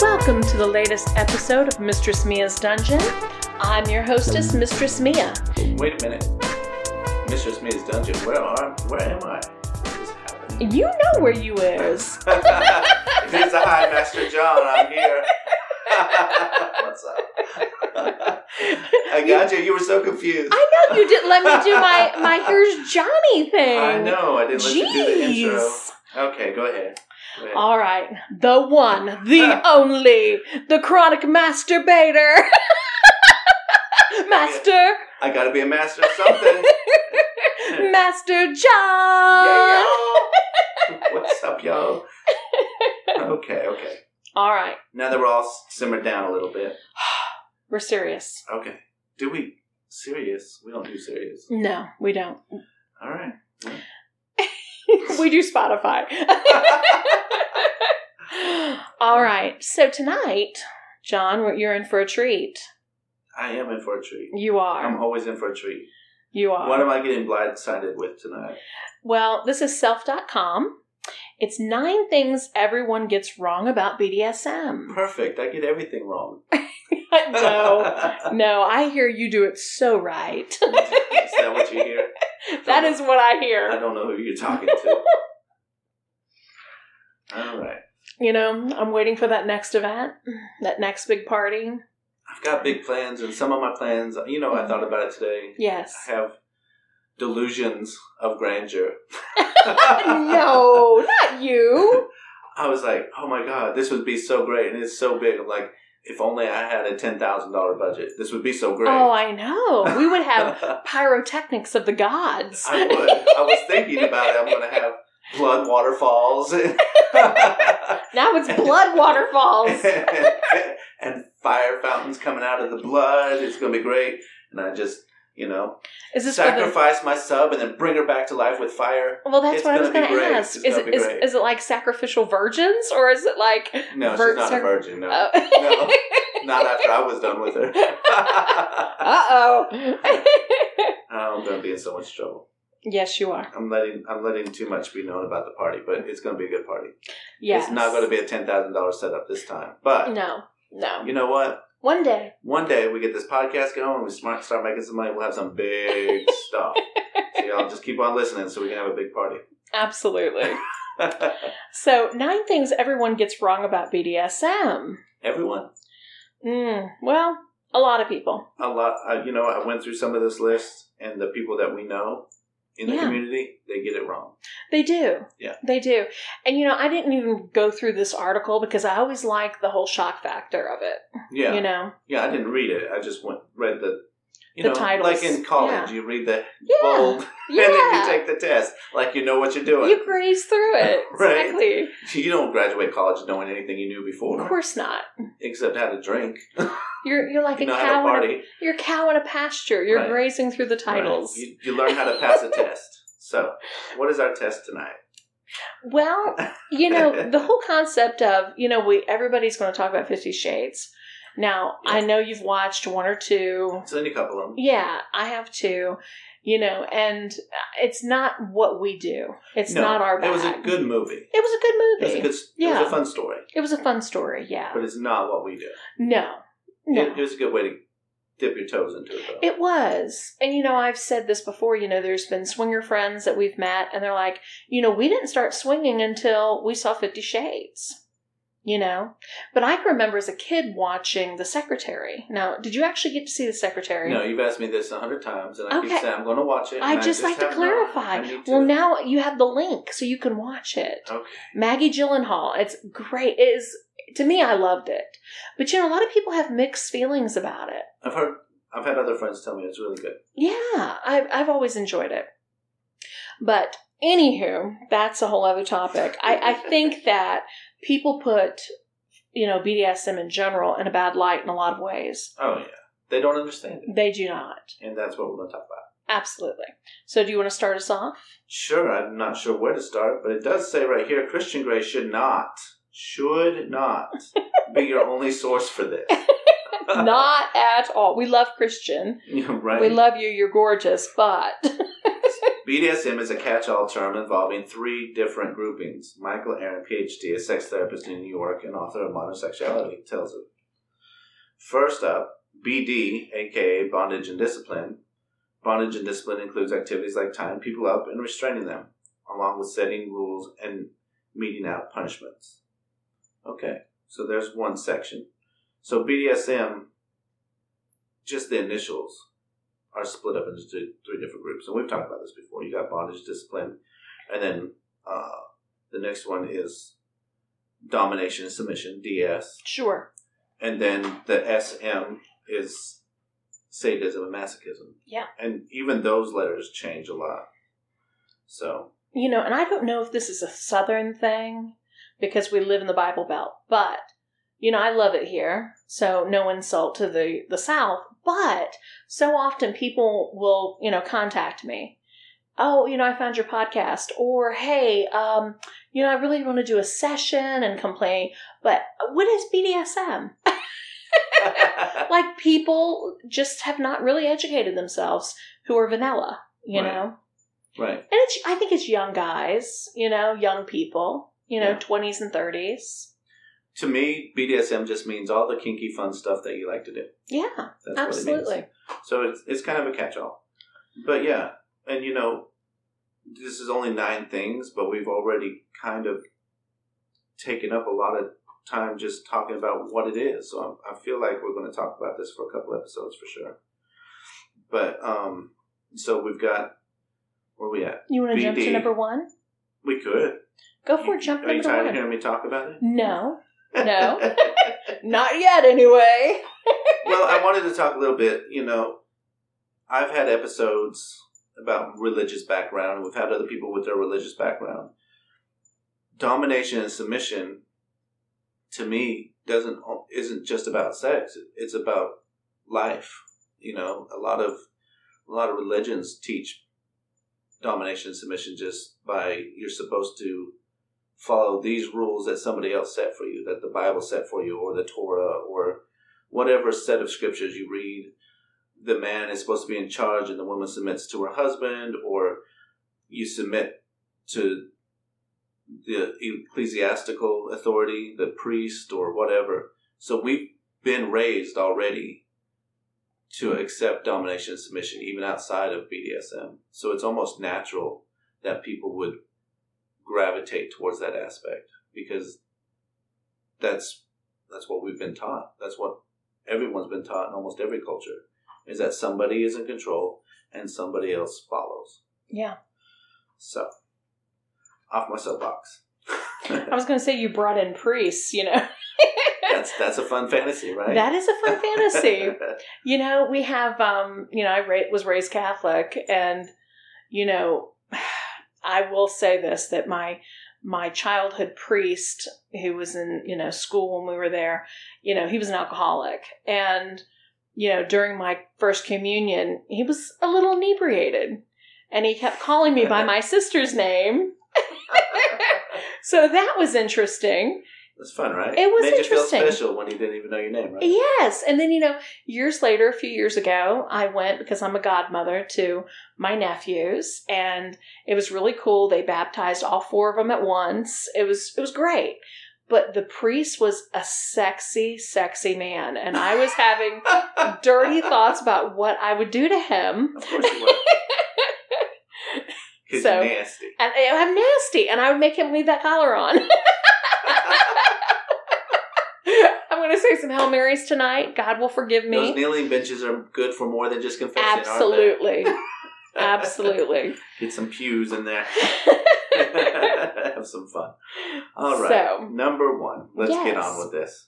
Welcome to the latest episode of Mistress Mia's Dungeon. I'm your hostess, Mistress Mia. Wait a minute. Mistress Me's dungeon. Where are? Where am I? What is happening? You know where you is. Here's the High Master John. I'm here. What's up? I got you. You were so confused. I know you didn't let me do my my here's Johnny thing. I know. I didn't let you do the intro. Jeez. Okay, go ahead. Go ahead. All right, the one, the only, the chronic masturbator, Master, I gotta be a master of something. Master John. Uh. yeah, y'all. What's up, y'all? Okay, okay. All right, Now that we're all s- simmered down a little bit. we're serious. Okay. Do we serious? We don't do serious. No, we don't. All right. we do Spotify. All right. So tonight, John, we're- you're in for a treat. I am in for a treat. You I'm are. always in for a treat. You are. What am I getting blindsided with tonight? well, this is self.com. It's nine things everyone gets wrong about BDSM. Perfect. I get everything wrong. no. No, I hear you do it so right. is that what you hear? that is what I I hear. don't know who you're talking to. All right. You know, I'm waiting for that next event, that next big party. I've got big plans, and some of my plans, you know, I thought about it today. Yes. I have delusions of grandeur. no, not you. I was like, oh my god, this would be so great, and it's so big. I'm like, if only I had a ten thousand dollar budget, this would be so great. Oh, I know. We would have pyrotechnics of the gods. I would. I was thinking about it. I'm going to have blood waterfalls and, now it's blood waterfalls. and fire fountains coming out of the blood. It's going to be great. And I just, you know, Is this for sacrifice my sub and then bring her back to life with fire. the? Well, that's It's what I was gonna going be to great. ask. It's Is gonna it be is, great. is it like sacrificial virgins or is it like? No, Vert- she's not sac- a virgin. No, Oh. no, not after I was done with her. Uh oh. I'm going to be in so much trouble. yes, you are. I'm letting I'm letting too much be known about the party, but it's going to be a good party. Yes. It's not going to be a ten thousand dollar setup this time, but No, no. you know what? One day. One day we get this podcast going and we smart, start making some money, we'll have some big stuff. So y'all just keep on listening so we can have a big party. Absolutely. so, nine things everyone gets wrong about BDSM. Everyone, Mm, well, a lot of people. a lot, I, you know, I went through some of this list and the people that we know in the Yeah. community, they get it wrong. They do. Yeah. They do. And you know, I didn't even go through this article because I always like the whole shock factor of it. Yeah. You know? yeah, I didn't read it. I just went, read the, you The know, titles. like in college, Yeah. you read the Yeah. bold Yeah. and then you take the test like you know what you're doing. You graze through it. Right. Exactly. You, don't graduate college knowing anything you knew Of before, course not. except how to drink, You're you're like you a know how to cow in party. a, you're a cow in a pasture. You're Right. grazing through the titles. Right. You, you learn how to pass a test. So, what is our test tonight? Well, you know, the whole concept of, you know, we everybody's gonna talk about fifty shades. Now, I know you've watched one or two. So, any couple of them. Yeah, I have too. You know, and it's not what we do. It's not our bag. It was a good movie. It was a It was good a movie. good. s- It Yeah. was a fun story, fun story. Yeah. but it's not what we do. No. No. It, it was a good way to dip your toes into it. Though. It was. And you know, I've said this before, you know, there's been swinger friends that we've met, and they're like, you know, we didn't start swinging until we saw Fifty Shades, you know? But I can remember as a kid watching The Secretary. Now, did you actually get to see The Secretary? no, you've asked me this a hundred times, and I Okay. keep saying I'm going to watch it. and I just like to have not. clarify. I need to. Well, now you have the link, so you can watch it. Okay. Maggie Gyllenhaal. It's great. It is to me. I loved it, but you know, a lot of people have mixed feelings about it. I've heard. I've had other friends tell me it's really good. Yeah, I've I've always enjoyed it. But anywho, that's a whole other topic. I, I think that people put you know BDSM in general in a bad light in a lot of ways. Oh yeah, they don't understand it, They do not. and that's what we're going to talk about. Absolutely. So, do you want to start us off? Sure, I'm not sure where to start, but it does say right here Christian Grey should not, should not be your only source for this. Not at all. We love Christian. right. We love you. You're gorgeous, but BDSM is a catch-all term involving three different groupings. Michael Aaron, PhD, a sex therapist in New York and author of Modern Sexuality, tells it. First up, BD, aka bondage and discipline. Bondage and discipline includes activities like tying people up and restraining them, along with setting rules and meeting out punishments. Okay, so there's one section. So BDSM, just the initials, are split up into two- three different groups, and we've talked about this before. You got bondage, discipline, and then uh, the next one is domination and submission (DS), sure. and then the SM is sadism and masochism. Yeah. and even those letters change a lot. So You know, and I don't know if this is a Southern thing because we live in the Bible Belt, but you know, I love it here. So no insult to the the South, but so often people will you know contact me. Oh, you know, I found your podcast, or hey, um, you know, I really want to do a session and complain, but what is BDSM? Like people just have not really educated themselves who are vanilla, you Right. know. right, And it's, I think it's young guys, you know, young people, you know, Yeah. 20s and 30s. to me, BDSM just means all the kinky, fun stuff that you like to do. Yeah, That's what it means. absolutely. So it's it's kind of a catch-all. But yeah, and you know, this is only nine things, but we've already kind of taken up a lot of time just talking about what it is. So i I feel like we're going to talk about this for a couple episodes for sure. But um, so we've got where we at? You want to jump to BD. number one? We could Go for it, You- jump Are you number tired one. of hearing me talk about it? No, no, not yet anyway. well, I wanted to talk a little bit. You know, I've had episodes about religious background, and we've had other people with their religious background. Domination and submission, to me, doesn't isn't just about sex. It's about life. You know, a lot of a lot of religions teach domination and submission just by you're supposed to follow these rules that somebody else set for you, that the Bible set for you, or the Torah, or whatever set of scriptures you read, the man is supposed to be in charge and the woman submits to her husband, or you submit to the ecclesiastical authority, the priest, or whatever. So we've been raised already to accept domination and submission, even outside of BDSM. So it's almost natural that people would gravitate towards that aspect because that's that's what we've been taught. That's what everyone's been taught in almost every culture is that somebody is in control and somebody else follows. Yeah, So, off my soapbox. I was going to say you brought in priests, you know. That's that's a fun fantasy, right? That is a fun fantasy. You know, we have, um, you know, I ra- was raised Catholic, and you know, I will say this that my my childhood priest, who was in you know school when we were there, you know, he was an alcoholic, and you know, during my first communion, he was a little inebriated, and he kept calling me by my sister's name. so that was interesting. That's fun, right? It was Made interesting. you feel special when you didn't even know your name, right? Yes. And then, you know, years later, a few years ago, I went because I'm a godmother to my nephews and it was really cool. They baptized all four of them at once. It was, it was great. But the priest was a sexy, sexy man. And I was having dirty thoughts about what I would do to him. Of course you were. Because So- you're nasty. And I- I'm nasty and I would make him leave that collar on. I'm going to say some Hail Marys tonight. God will forgive me. Those kneeling benches are good for more than just confession, aren't they? Absolutely. Absolutely. Get some pews in there. Have some fun. All right. So- number one. Let's get Yes. on with this.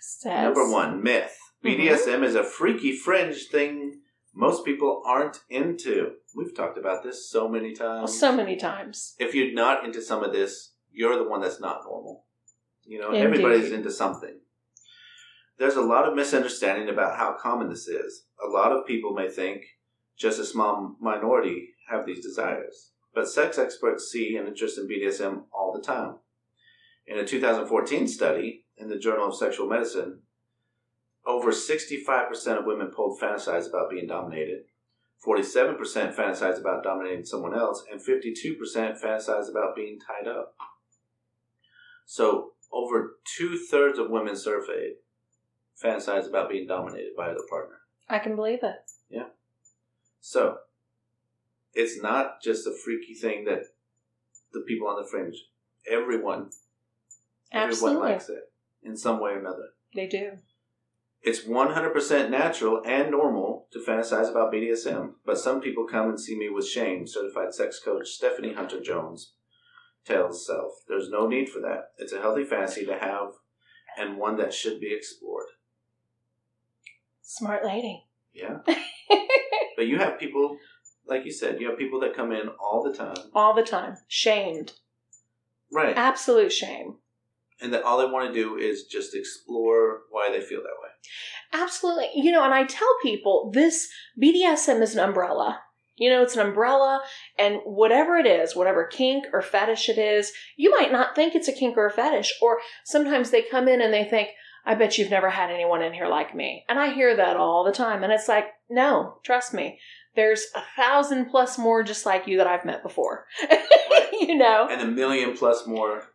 Says, Number one, myth. Mhm. BDSM is a freaky fringe thing most people aren't into. We've talked about this so many times. So many times. if you're not into some of this, you're the one that's not normal. You know, Indeed. everybody's into something. There's a lot of misunderstanding about how common this is. A lot of people may think just a small minority have these desires, but sex experts see an interest in BDSM all the time. In a 2014 study in the Journal of Sexual Medicine, over 65% of women polled fantasize about being dominated, 47% fantasize about dominating someone else, and 52% fantasize about being tied up. So, over two thirds of women surveyed fantasize about being dominated by their partner. I can believe it. So, it's not just a freaky thing that the people on the fringe, everyone, everyone Absolutely. likes it in some way or another. They do. It's 100% natural and normal to fantasize about BDSM, but some people come and see me with shame, certified sex coach Stephanie Hunter Jones tells self. There's no need for that. It's a healthy fantasy to have and one that should be explored. Smart lady. Yeah. But you have people, like you said, you have people that come in all the time. All the time. Shamed. Uh, Right. Absolute shame. And that all they want to do is just explore why they feel that way. Absolutely. You know, and I tell people this BDSM is an umbrella. You know, it's an umbrella, and whatever it is, whatever kink or fetish it is, you might not think it's a kink or a fetish. Or sometimes they come in and they think, I bet you've never had anyone in here like me. And I hear that all the time. And it's like, no, trust me, there's a thousand plus more just like you that I've met before. you know? And a million plus more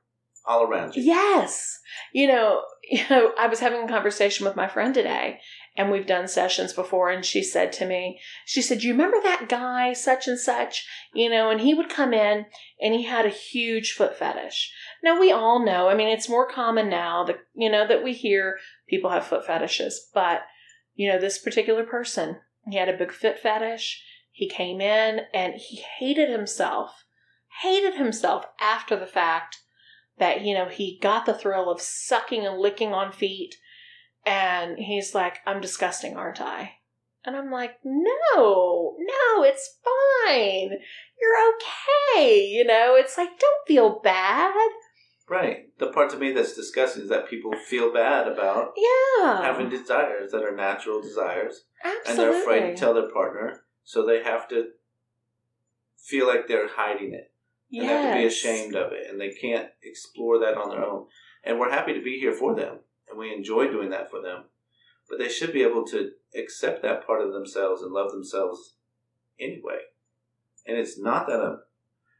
all around you. Yes. You know, you know, I was having a conversation with my friend today and we've done sessions before and she said to me, she said, "You remember that guy such and such, you know, and he would come in and he had a huge foot fetish." Now we all know, I mean, it's more common now that you know that we hear people have foot fetishes, but you know, this particular person, he had a big foot fetish. He came in and he hated himself. Hated himself after the fact that you know he got the thrill of sucking and licking on feet and he's like i'm disgusting aren't i and i'm like no no it's fine you're okay you know it's like don't feel bad Right. The part to me that's disgusting is that people feel bad about yeah having desires that are natural desires, and absolutely they're afraid to tell their partner, so they have to feel like they're hiding it. And they have to be Yes. ashamed of it, and they can't explore that on their own. And we're happy to be here for them, and we enjoy doing that for them. But they should be able to accept that part of themselves and love themselves anyway. And it's not that a,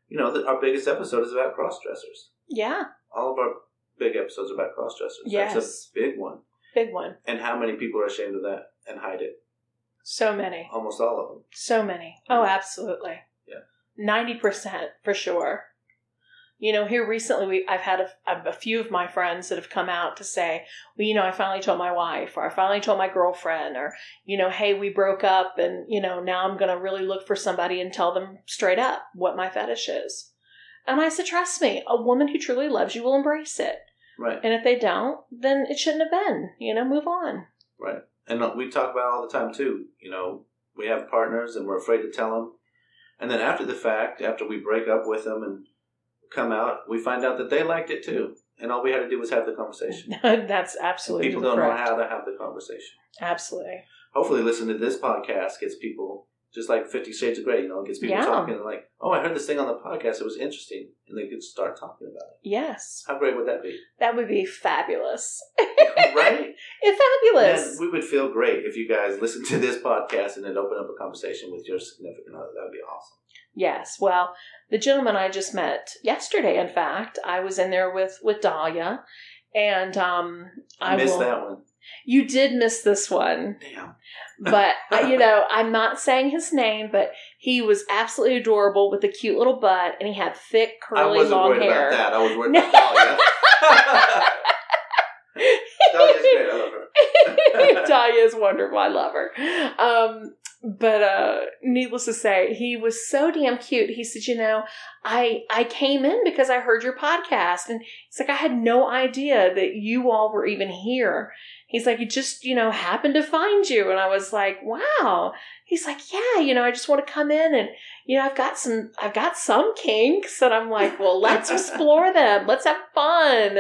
you know, that our biggest episode is about cross dressers. yeah All of our big episodes are about cross dressers. That's Yes. a big one. big one And how many people are ashamed of that and hide it? so many Almost all of them. So many. Oh, absolutely. Yeah. Ninety percent for sure. You know, here recently, we I've had a, a few of my friends that have come out to say, well, you know, I finally told my wife, or I finally told my girlfriend, or you know, hey, we broke up, and you know, now I'm going to really look for somebody and tell them straight up what my fetish is. And I said, trust me, a woman who truly loves you will embrace it. Right, And if they don't, then it shouldn't have been. You know, move on. right. And uh, we talk about it all the time too. You know, we have partners and we're afraid to tell them. And then after the fact, after we break up with them and come out, we find out that they liked it too. And all we had to do was have the conversation. That's absolutely People don't know correct. how to have the conversation. Absolutely. Hopefully, listening to this podcast gets people just like Fifty Shades of Grey. You know, gets people Yeah. talking and like, oh, I heard this thing on the podcast. It was interesting, and they could start talking about it. Yes. How great would that be? That would be fabulous. right. It's fabulous. Man, we would feel great if you guys listened to this podcast and then open up a conversation with your significant other. That would be awesome. yes. Well, the gentleman I just met yesterday, in fact, I was in there with with Dahlia, and um, I, I missed will- that one. You did miss this one, Damn. but uh, you know, I'm not saying his name, but he was absolutely adorable with a cute little butt, and he had thick, I curly, wasn't long worried hair. about that. Oh, I was worried No. about Dahlia. Dahlia's great. I love her. Dahlia is wonderful. I love her. Um, but uh, needless to say, he was so damn cute. He said, "You know, I I came in because I heard your podcast, and it's like I had no idea that you all were even here." He's like, "It just you know happened to find you," and I was like, "Wow." He's like, "Yeah, you know, I just want to come in and you know, I've got some I've got some kinks." And I'm like, "Well, let's explore them. Let's have fun."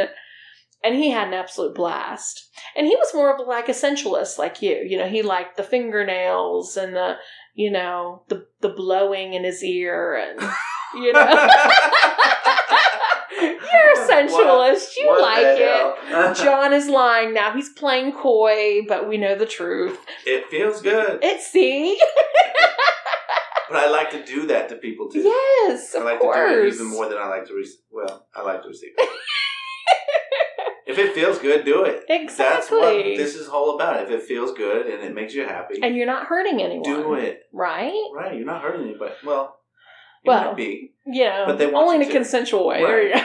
And he had an absolute blast and he was more of like a sensualist like you you know he liked the fingernails and the you know the the blowing in his ear and you know you're so sensualist. You What like the it. hell? John is lying now. He's playing coy, but we know the truth. it feels good, It see? but I like to do that to people too. Yes, of I like to do it course. even more than I like to receive. Well, I like to receive. it. if it feels good, do it. That's Exactly. what this is all about. If it feels good and it makes you happy, and you're not hurting anyone. do it. Right? Right, you're not hurting anybody. Well, you Well. might be You know, But they want only in you a to. consensual way. There you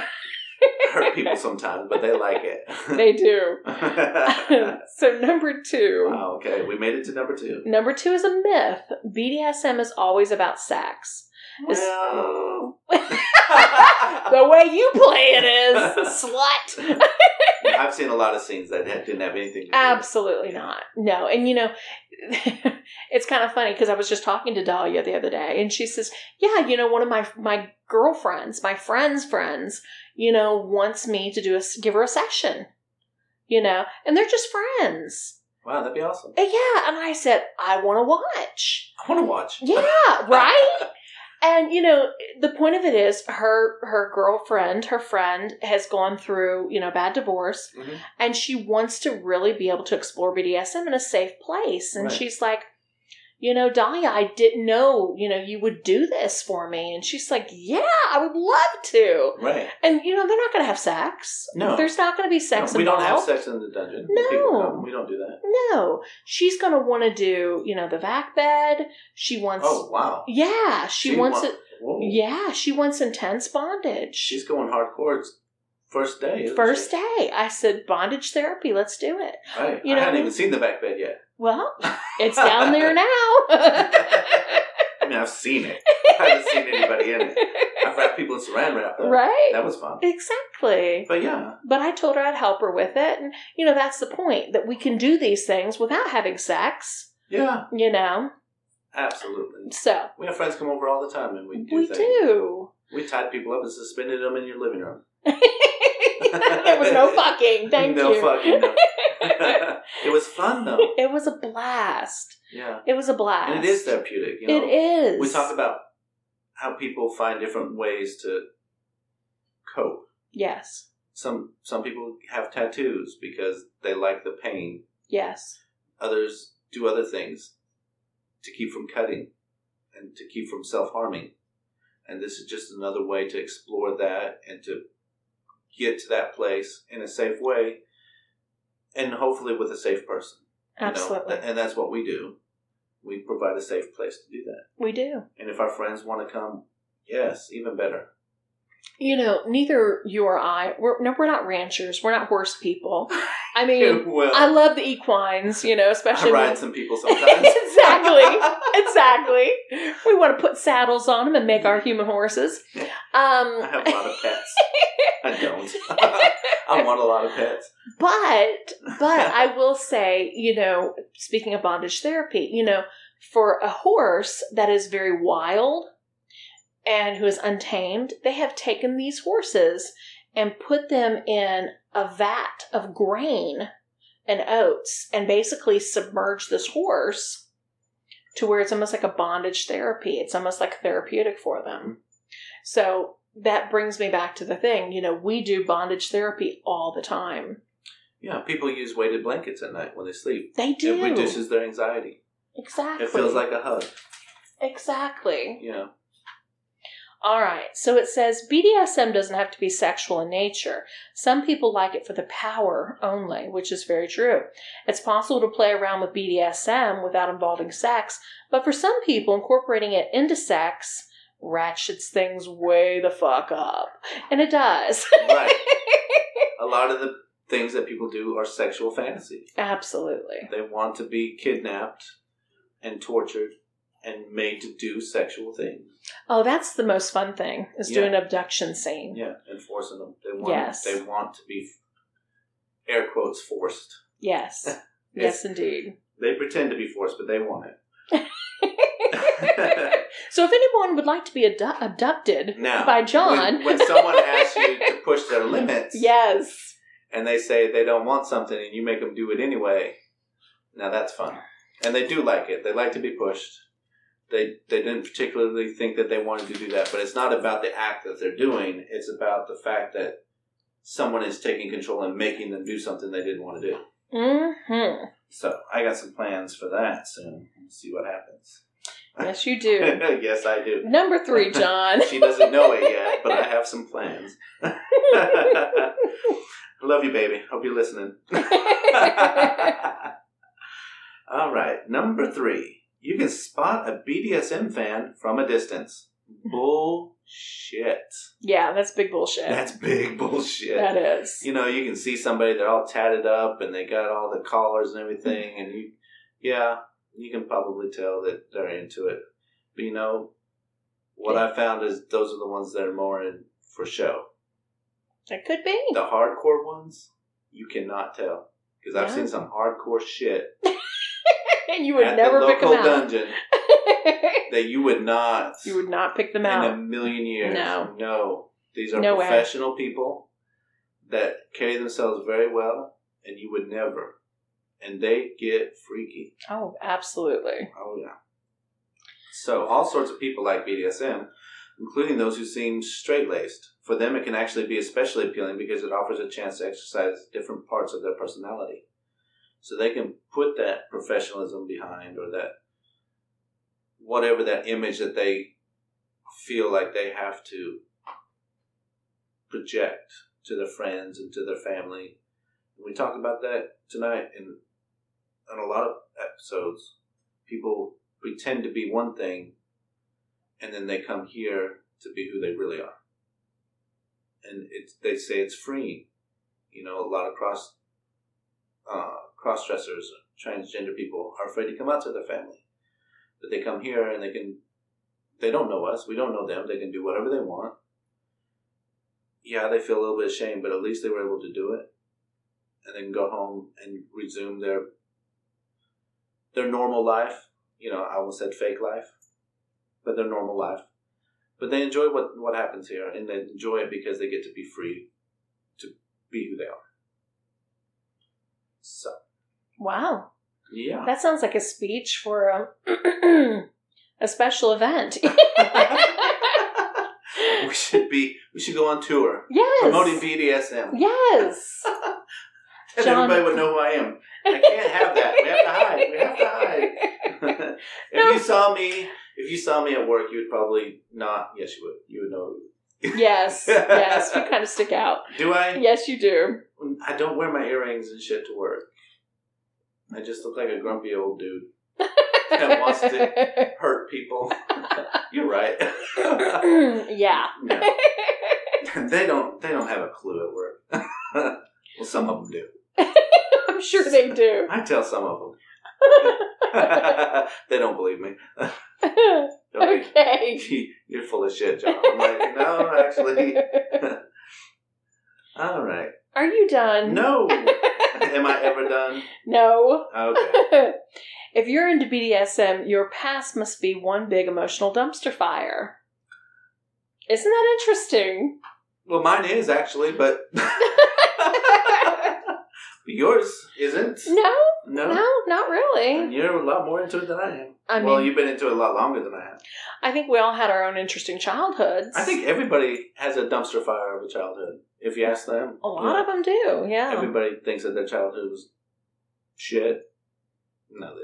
hurt people sometimes, but they like go. it. they do. so number two. wow, Oh, okay, we made it to number two. Number two is a myth. BDSM is always about sex. It's- Well, The way you play it is slut. I've seen a lot of scenes that didn't have anything. To do. Absolutely not. No. And you know, it's kind of funny because I was just talking to Dahlia the other day and she says, Yeah, you know, one of my my girlfriends, my friend's friends, you know, wants me to do a s- give her a session. You know, and they're just friends. Wow, that'd be awesome. And yeah, and I said, I wanna watch. I want to watch. Yeah, right? and you know, the point of it is her her girlfriend, her friend has gone through, you know, bad divorce Mhm. and she wants to really be able to explore BDSM in a safe place. And Right. she's like, you know, Dahlia, I didn't know, you know, you would do this for me. And she's like, yeah, I would love to. Right. And you know, they're not going to have sex. No. There's not going to be sex No, we don't involved. have sex in the dungeon. No. People come. we don't do that. No, she's going to want to do, you know, the vac bed. She wants. Oh wow. Yeah, she, wants wa- it. Whoa. Yeah, she wants intense bondage. She's going hardcore. It's first day. isn't First she? day, I said bondage therapy. Let's do it. Right. you I know- hadn't even seen the back bed yet. Well, it's down there now, I mean, I've seen it. I haven't seen anybody in it. I've wrapped people in saran wrap. Though. right? That was fun. Exactly. But yeah, But I told her I'd help her with it, and you know that's the point that we can do these things without having sex. yeah, You know, absolutely. so We have friends come over all the time, and we do we things. do. We tied people up and suspended them in your living room. there was no fucking. Thank no you. fucking no. it was fun though. It was a blast. Yeah, It was a blast. and it is therapeutic. You know? it is. We talk about how people find different ways to cope. yes, Some some people have tattoos because they like the pain. yes, Others do other things to keep from cutting and to keep from self harming. And this is just another way to explore that and to get to that place in a safe way and hopefully with a safe person. you know? absolutely. Th- And that's what we do. We provide a safe place to do that. We do. And if our friends want to come, yes, even better. You know, neither you or I, we're, no, we're not ranchers. We're not horse people. I mean, well, I love the equines, you know, I especially. ride when- some people sometimes. exactly. Exactly. We want to put saddles on them and make our human horses. I Um, have a lot of pets. I don't. I want a lot of pets. but, but I will say, you know, speaking of bondage therapy, you know, for a horse that is very wild and who is untamed, they have taken these horses and put them in a vat of grain and oats and basically submerged this horse to where it's almost like a bondage therapy. It's almost like therapeutic for them. So that brings me back to the thing, you know, we do bondage therapy all the time. Yeah, people use weighted blankets at night when they sleep. They do. It reduces their anxiety. exactly. It feels like a hug. exactly. You know. All right, so it says BDSM doesn't have to be sexual in nature. Some people like it for the power only, which is very true. It's possible to play around with BDSM without involving sex, but for some people, incorporating it into sex ratchets things way the fuck up. And it does. Right. a lot of the things that people do are sexual fantasies. Absolutely. They want to be kidnapped and tortured and made to do sexual things. Oh, that's the most fun thing, is Yeah. doing an abduction scene. Yeah, and forcing them. They want. Yes. They want to be, air quotes, forced. Yes. yes, indeed. They pretend to be forced, but they want it. So if anyone would like to be abdu- abducted now, by John. when, when someone asks you to push their limits, yes. and they say they don't want something, and you make them do it anyway, now that's fun, and they do like it. They like to be pushed. They they didn't particularly think that they wanted to do that, but it's not about the act that they're doing. It's about the fact that someone is taking control and making them do something they didn't want to do. Mm-hmm. So I got some plans for that soon. We'll see what happens. Yes, you do. yes, I do. Number three, John. She doesn't know it yet, but I have some plans. I love you, baby. Hope you're listening. All right, number three. You can spot a BDSM fan from a distance. Bullshit. yeah, that's big bullshit. That's big bullshit. That is. You know, you can see somebody, they're all tatted up and they got all the collars and everything, and you, yeah, you can probably tell that they're into it. But you know, what I found is those are the ones that are more in for show. That could be. The hardcore ones, you cannot tell. Because I've Yeah. seen some hardcore shit and you would never pick them out. dungeon that you would not you would not pick them in a out. million years. No. No. These are No way. professional people that carry themselves very well, and you would never. And they get freaky. Oh, absolutely. Oh, yeah. So, all sorts of people like BDSM, including those who seem straight laced. For them, it can actually be especially appealing because it offers a chance to exercise different parts of their personality. So, they can put that professionalism behind or that whatever that image that they feel like they have to project to their friends and to their family. We talked about that tonight in, in a lot of episodes people pretend to be one thing and then they come here to be who they really are and it's they say it's freeing you know a lot of cross uh, cross dressers transgender people are afraid to come out to their family but they come here and they can they don't know us we don't know them they can do whatever they want yeah they feel a little bit ashamed but at least they were able to do it and then go home and resume their their normal life. You know, I almost said fake life, but their normal life. But they enjoy what what happens here, and they enjoy it because they get to be free to be who they are. So Wow. yeah, That sounds like a speech for a, a special event. we should be we should go on tour yes. promoting BDSM. Yes. Then John- everybody would know who I am. I can't have that. We have to hide. We have to hide. if you saw me, if you saw me at work, you would probably not. Yes, you would. You would know. Yes. Yes. You kind of stick out. Do I? Yes, you do. I don't wear my earrings and shit to work. I just look like a grumpy old dude. That wants to- Hurt people. You're right. yeah. No. they don't. They don't have a clue at work. well, some of them do. I'm sure they do. I tell some of them. they don't believe me. They'll be, okay. You're full of shit, John. I'm like, no, actually. All right. Are you done? No. Am I ever done? No. Okay. if you're into BDSM, your past must be one big emotional dumpster fire. Isn't that interesting? Well, mine is actually, but yours isn't. No, No, no, not And really. you're a lot more into it than I am. I well, mean, you've been into it a lot longer than I have. I think we all had our own interesting childhoods. I think everybody has a dumpster fire of a childhood. If you ask them, a lot of them do. Yeah. Everybody thinks that their childhood was shit. No, they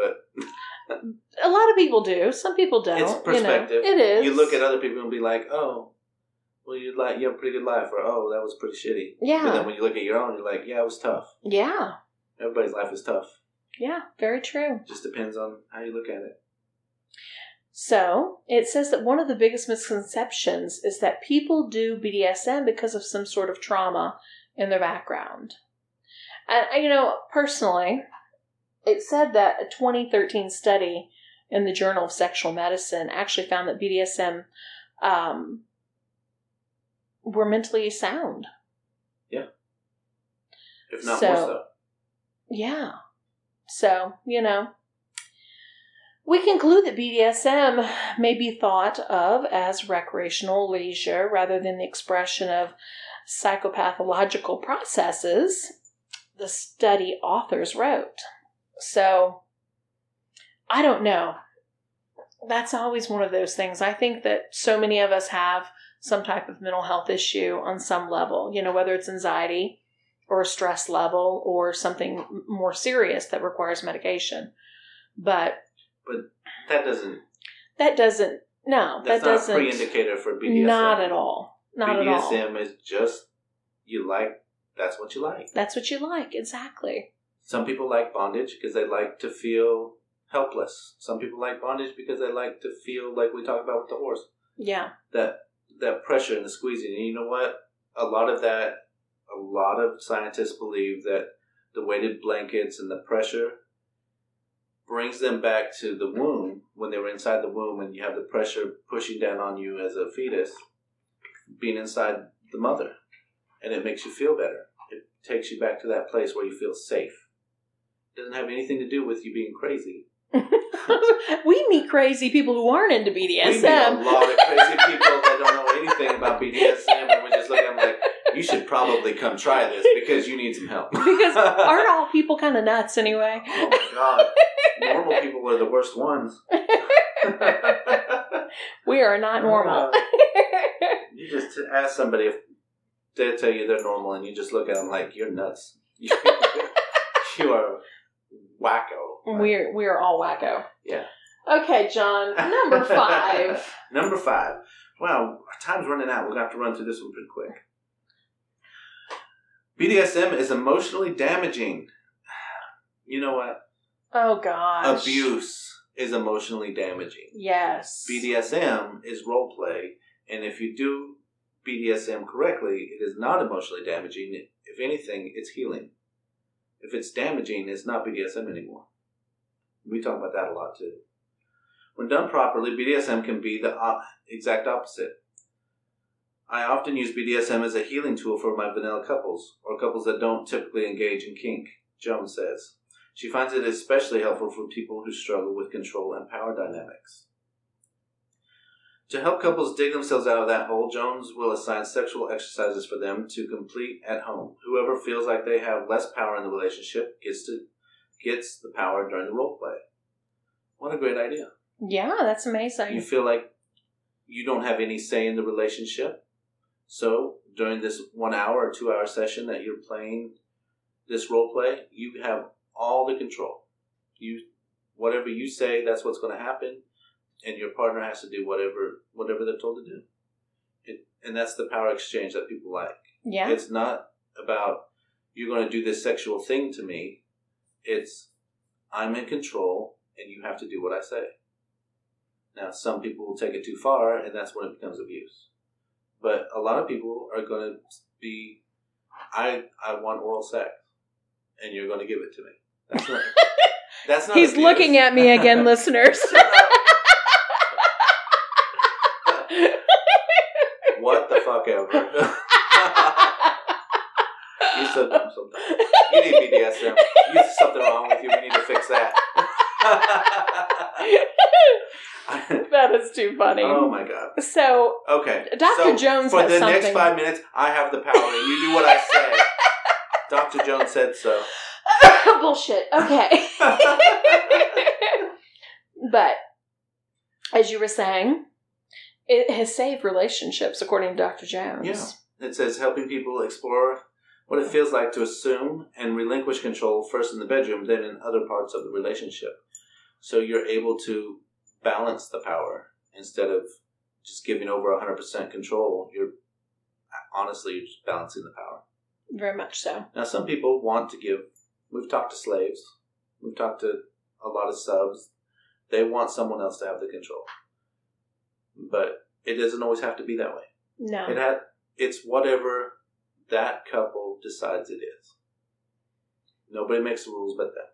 don't. a lot of people do. Some people don't. It's perspective. You know. It is. You look at other people and be like, "Oh, well, you like you have a pretty good life," or "Oh, that was pretty shitty." But then Yeah. when you look at your own, you're like, "Yeah, it was tough." Yeah. Everybody's life is tough. Yeah. Very true. Just depends on how you look at it. So, it says that one of the biggest misconceptions is that people do BDSM because of some sort of trauma in their background. And, I- you know, personally, it said that a 2013 study in the Journal of Sexual Medicine actually found that BDSM um, were mentally sound. If not So- more so. Yeah. So, you know, we conclude that BDSM may be thought of as recreational leisure rather than the expression of psychopathological processes the study authors wrote. So, I don't know. That's always one of those things. I think that so many of us have some type of mental health issue on some level, you know, whether it's anxiety or a stress level or something more serious that requires medication. But That doesn't. that doesn't, no, That's that not doesn't. a pre-indicator for BDSM. Not at all. Not at all. BDSM is just you like. That's what you like. That's what you like, exactly. Some people like bondage because they like to feel helpless. Some people like bondage because they like to feel like we talked about with the horse. Yeah. that that pressure and the squeezing. And you know what? A lot of that, a lot of scientists believe that the weighted blankets and the pressure brings them back to the womb when they were inside the womb, and you have the pressure pushing down on you as a fetus, being inside the mother, and it makes you feel better. It takes you back to that place where you feel safe. It doesn't have anything to do with you being crazy. we meet crazy people who aren't into We meet a BDSM. lot of crazy people that don't know anything about BDSM, and we just look at them like, you should probably come try this because you need some help. Because aren't all people kind of nuts anyway? oh my god, normal people are the worst ones. We are not normal. Uh, you just ask somebody if they tell you they're normal, and you just look at them like you're nuts. you are wacko. We're we are all wacko. Yeah. Okay, John. Number five. Number five. Wow, our time's running out. We're gonna have to run through this one pretty quick. BDSM is emotionally damaging. You know what? Oh gosh. Abuse is emotionally damaging. Yes. BDSM is role play, and if you do BDSM correctly, it is not emotionally damaging. If anything, it's healing. If it's damaging, it's not BDSM anymore. We talk about that a lot too. When done properly, BDSM can be the op- exact opposite. I often use BDSM as a healing tool for my vanilla couples, or couples that don't typically engage in kink, Joan says. She finds it especially helpful for people who struggle with control and power dynamics. To help couples dig themselves out of that hole, Jones will assign sexual exercises for them to complete at home. Whoever feels like they have less power in the relationship gets to gets the power during the role play. What a great idea. Yeah, that's You amazing. feel like you don't have any say in the relationship. So during this one hour or two hour session that you're playing this role play, you have all the control. You whatever you say, that's what's gonna happen, and your partner has to do whatever whatever they're told to do. It, and that's the power exchange that people like. Yeah. It's not about you're going to do this sexual thing to me. It's I'm in control and you have to do what I say. Now, some people will take it too far and that's when it becomes abuse. But a lot of people are going to be I I want oral sex and you're going to give it to me. That's not That's not He's abuse. looking at me again, listeners. what the fuck ever. You're so dumb sometimes. You need BDSM. There's something wrong with you. We need to fix that. that is too funny. oh my god. so Okay. Dr. So, Jones For has the something. next five minutes, I have the power. and You do what I say. Dr. Jones said so. Bullshit. Okay. but as you were saying, it has saved relationships, according to Dr. Jones. Yeah. It says helping people explore what it feels like to assume and relinquish control first in the bedroom, then in other parts of the relationship. So you're able to balance the power instead of just giving over 100% control. You're honestly you're just balancing the power. Very much so. Now, some people want to give. We've talked to slaves. We've talked to a lot of subs. They want someone else to have the control, but it doesn't always have to be that way. No. It had, it's whatever that couple decides it is. Nobody makes the rules but them.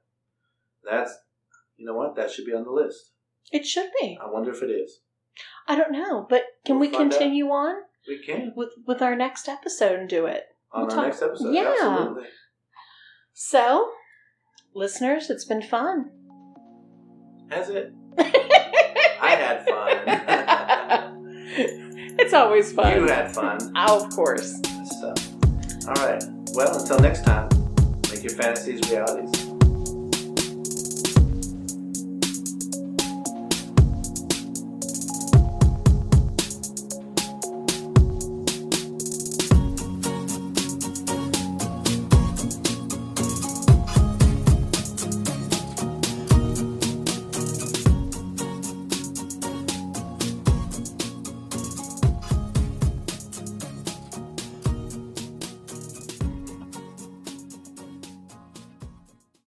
That's, you know what? That should be on the list. It should be. I wonder if it is. I don't know, but can We'll we find out. continue on We can with with our next episode and do it? on We'll our talk- next episode. Yeah. Absolutely. So, listeners, it's been fun. Has it? I had fun. it's always you fun. had fun. Oh, of course. So, all right. Well, until next time, make your fantasies realities.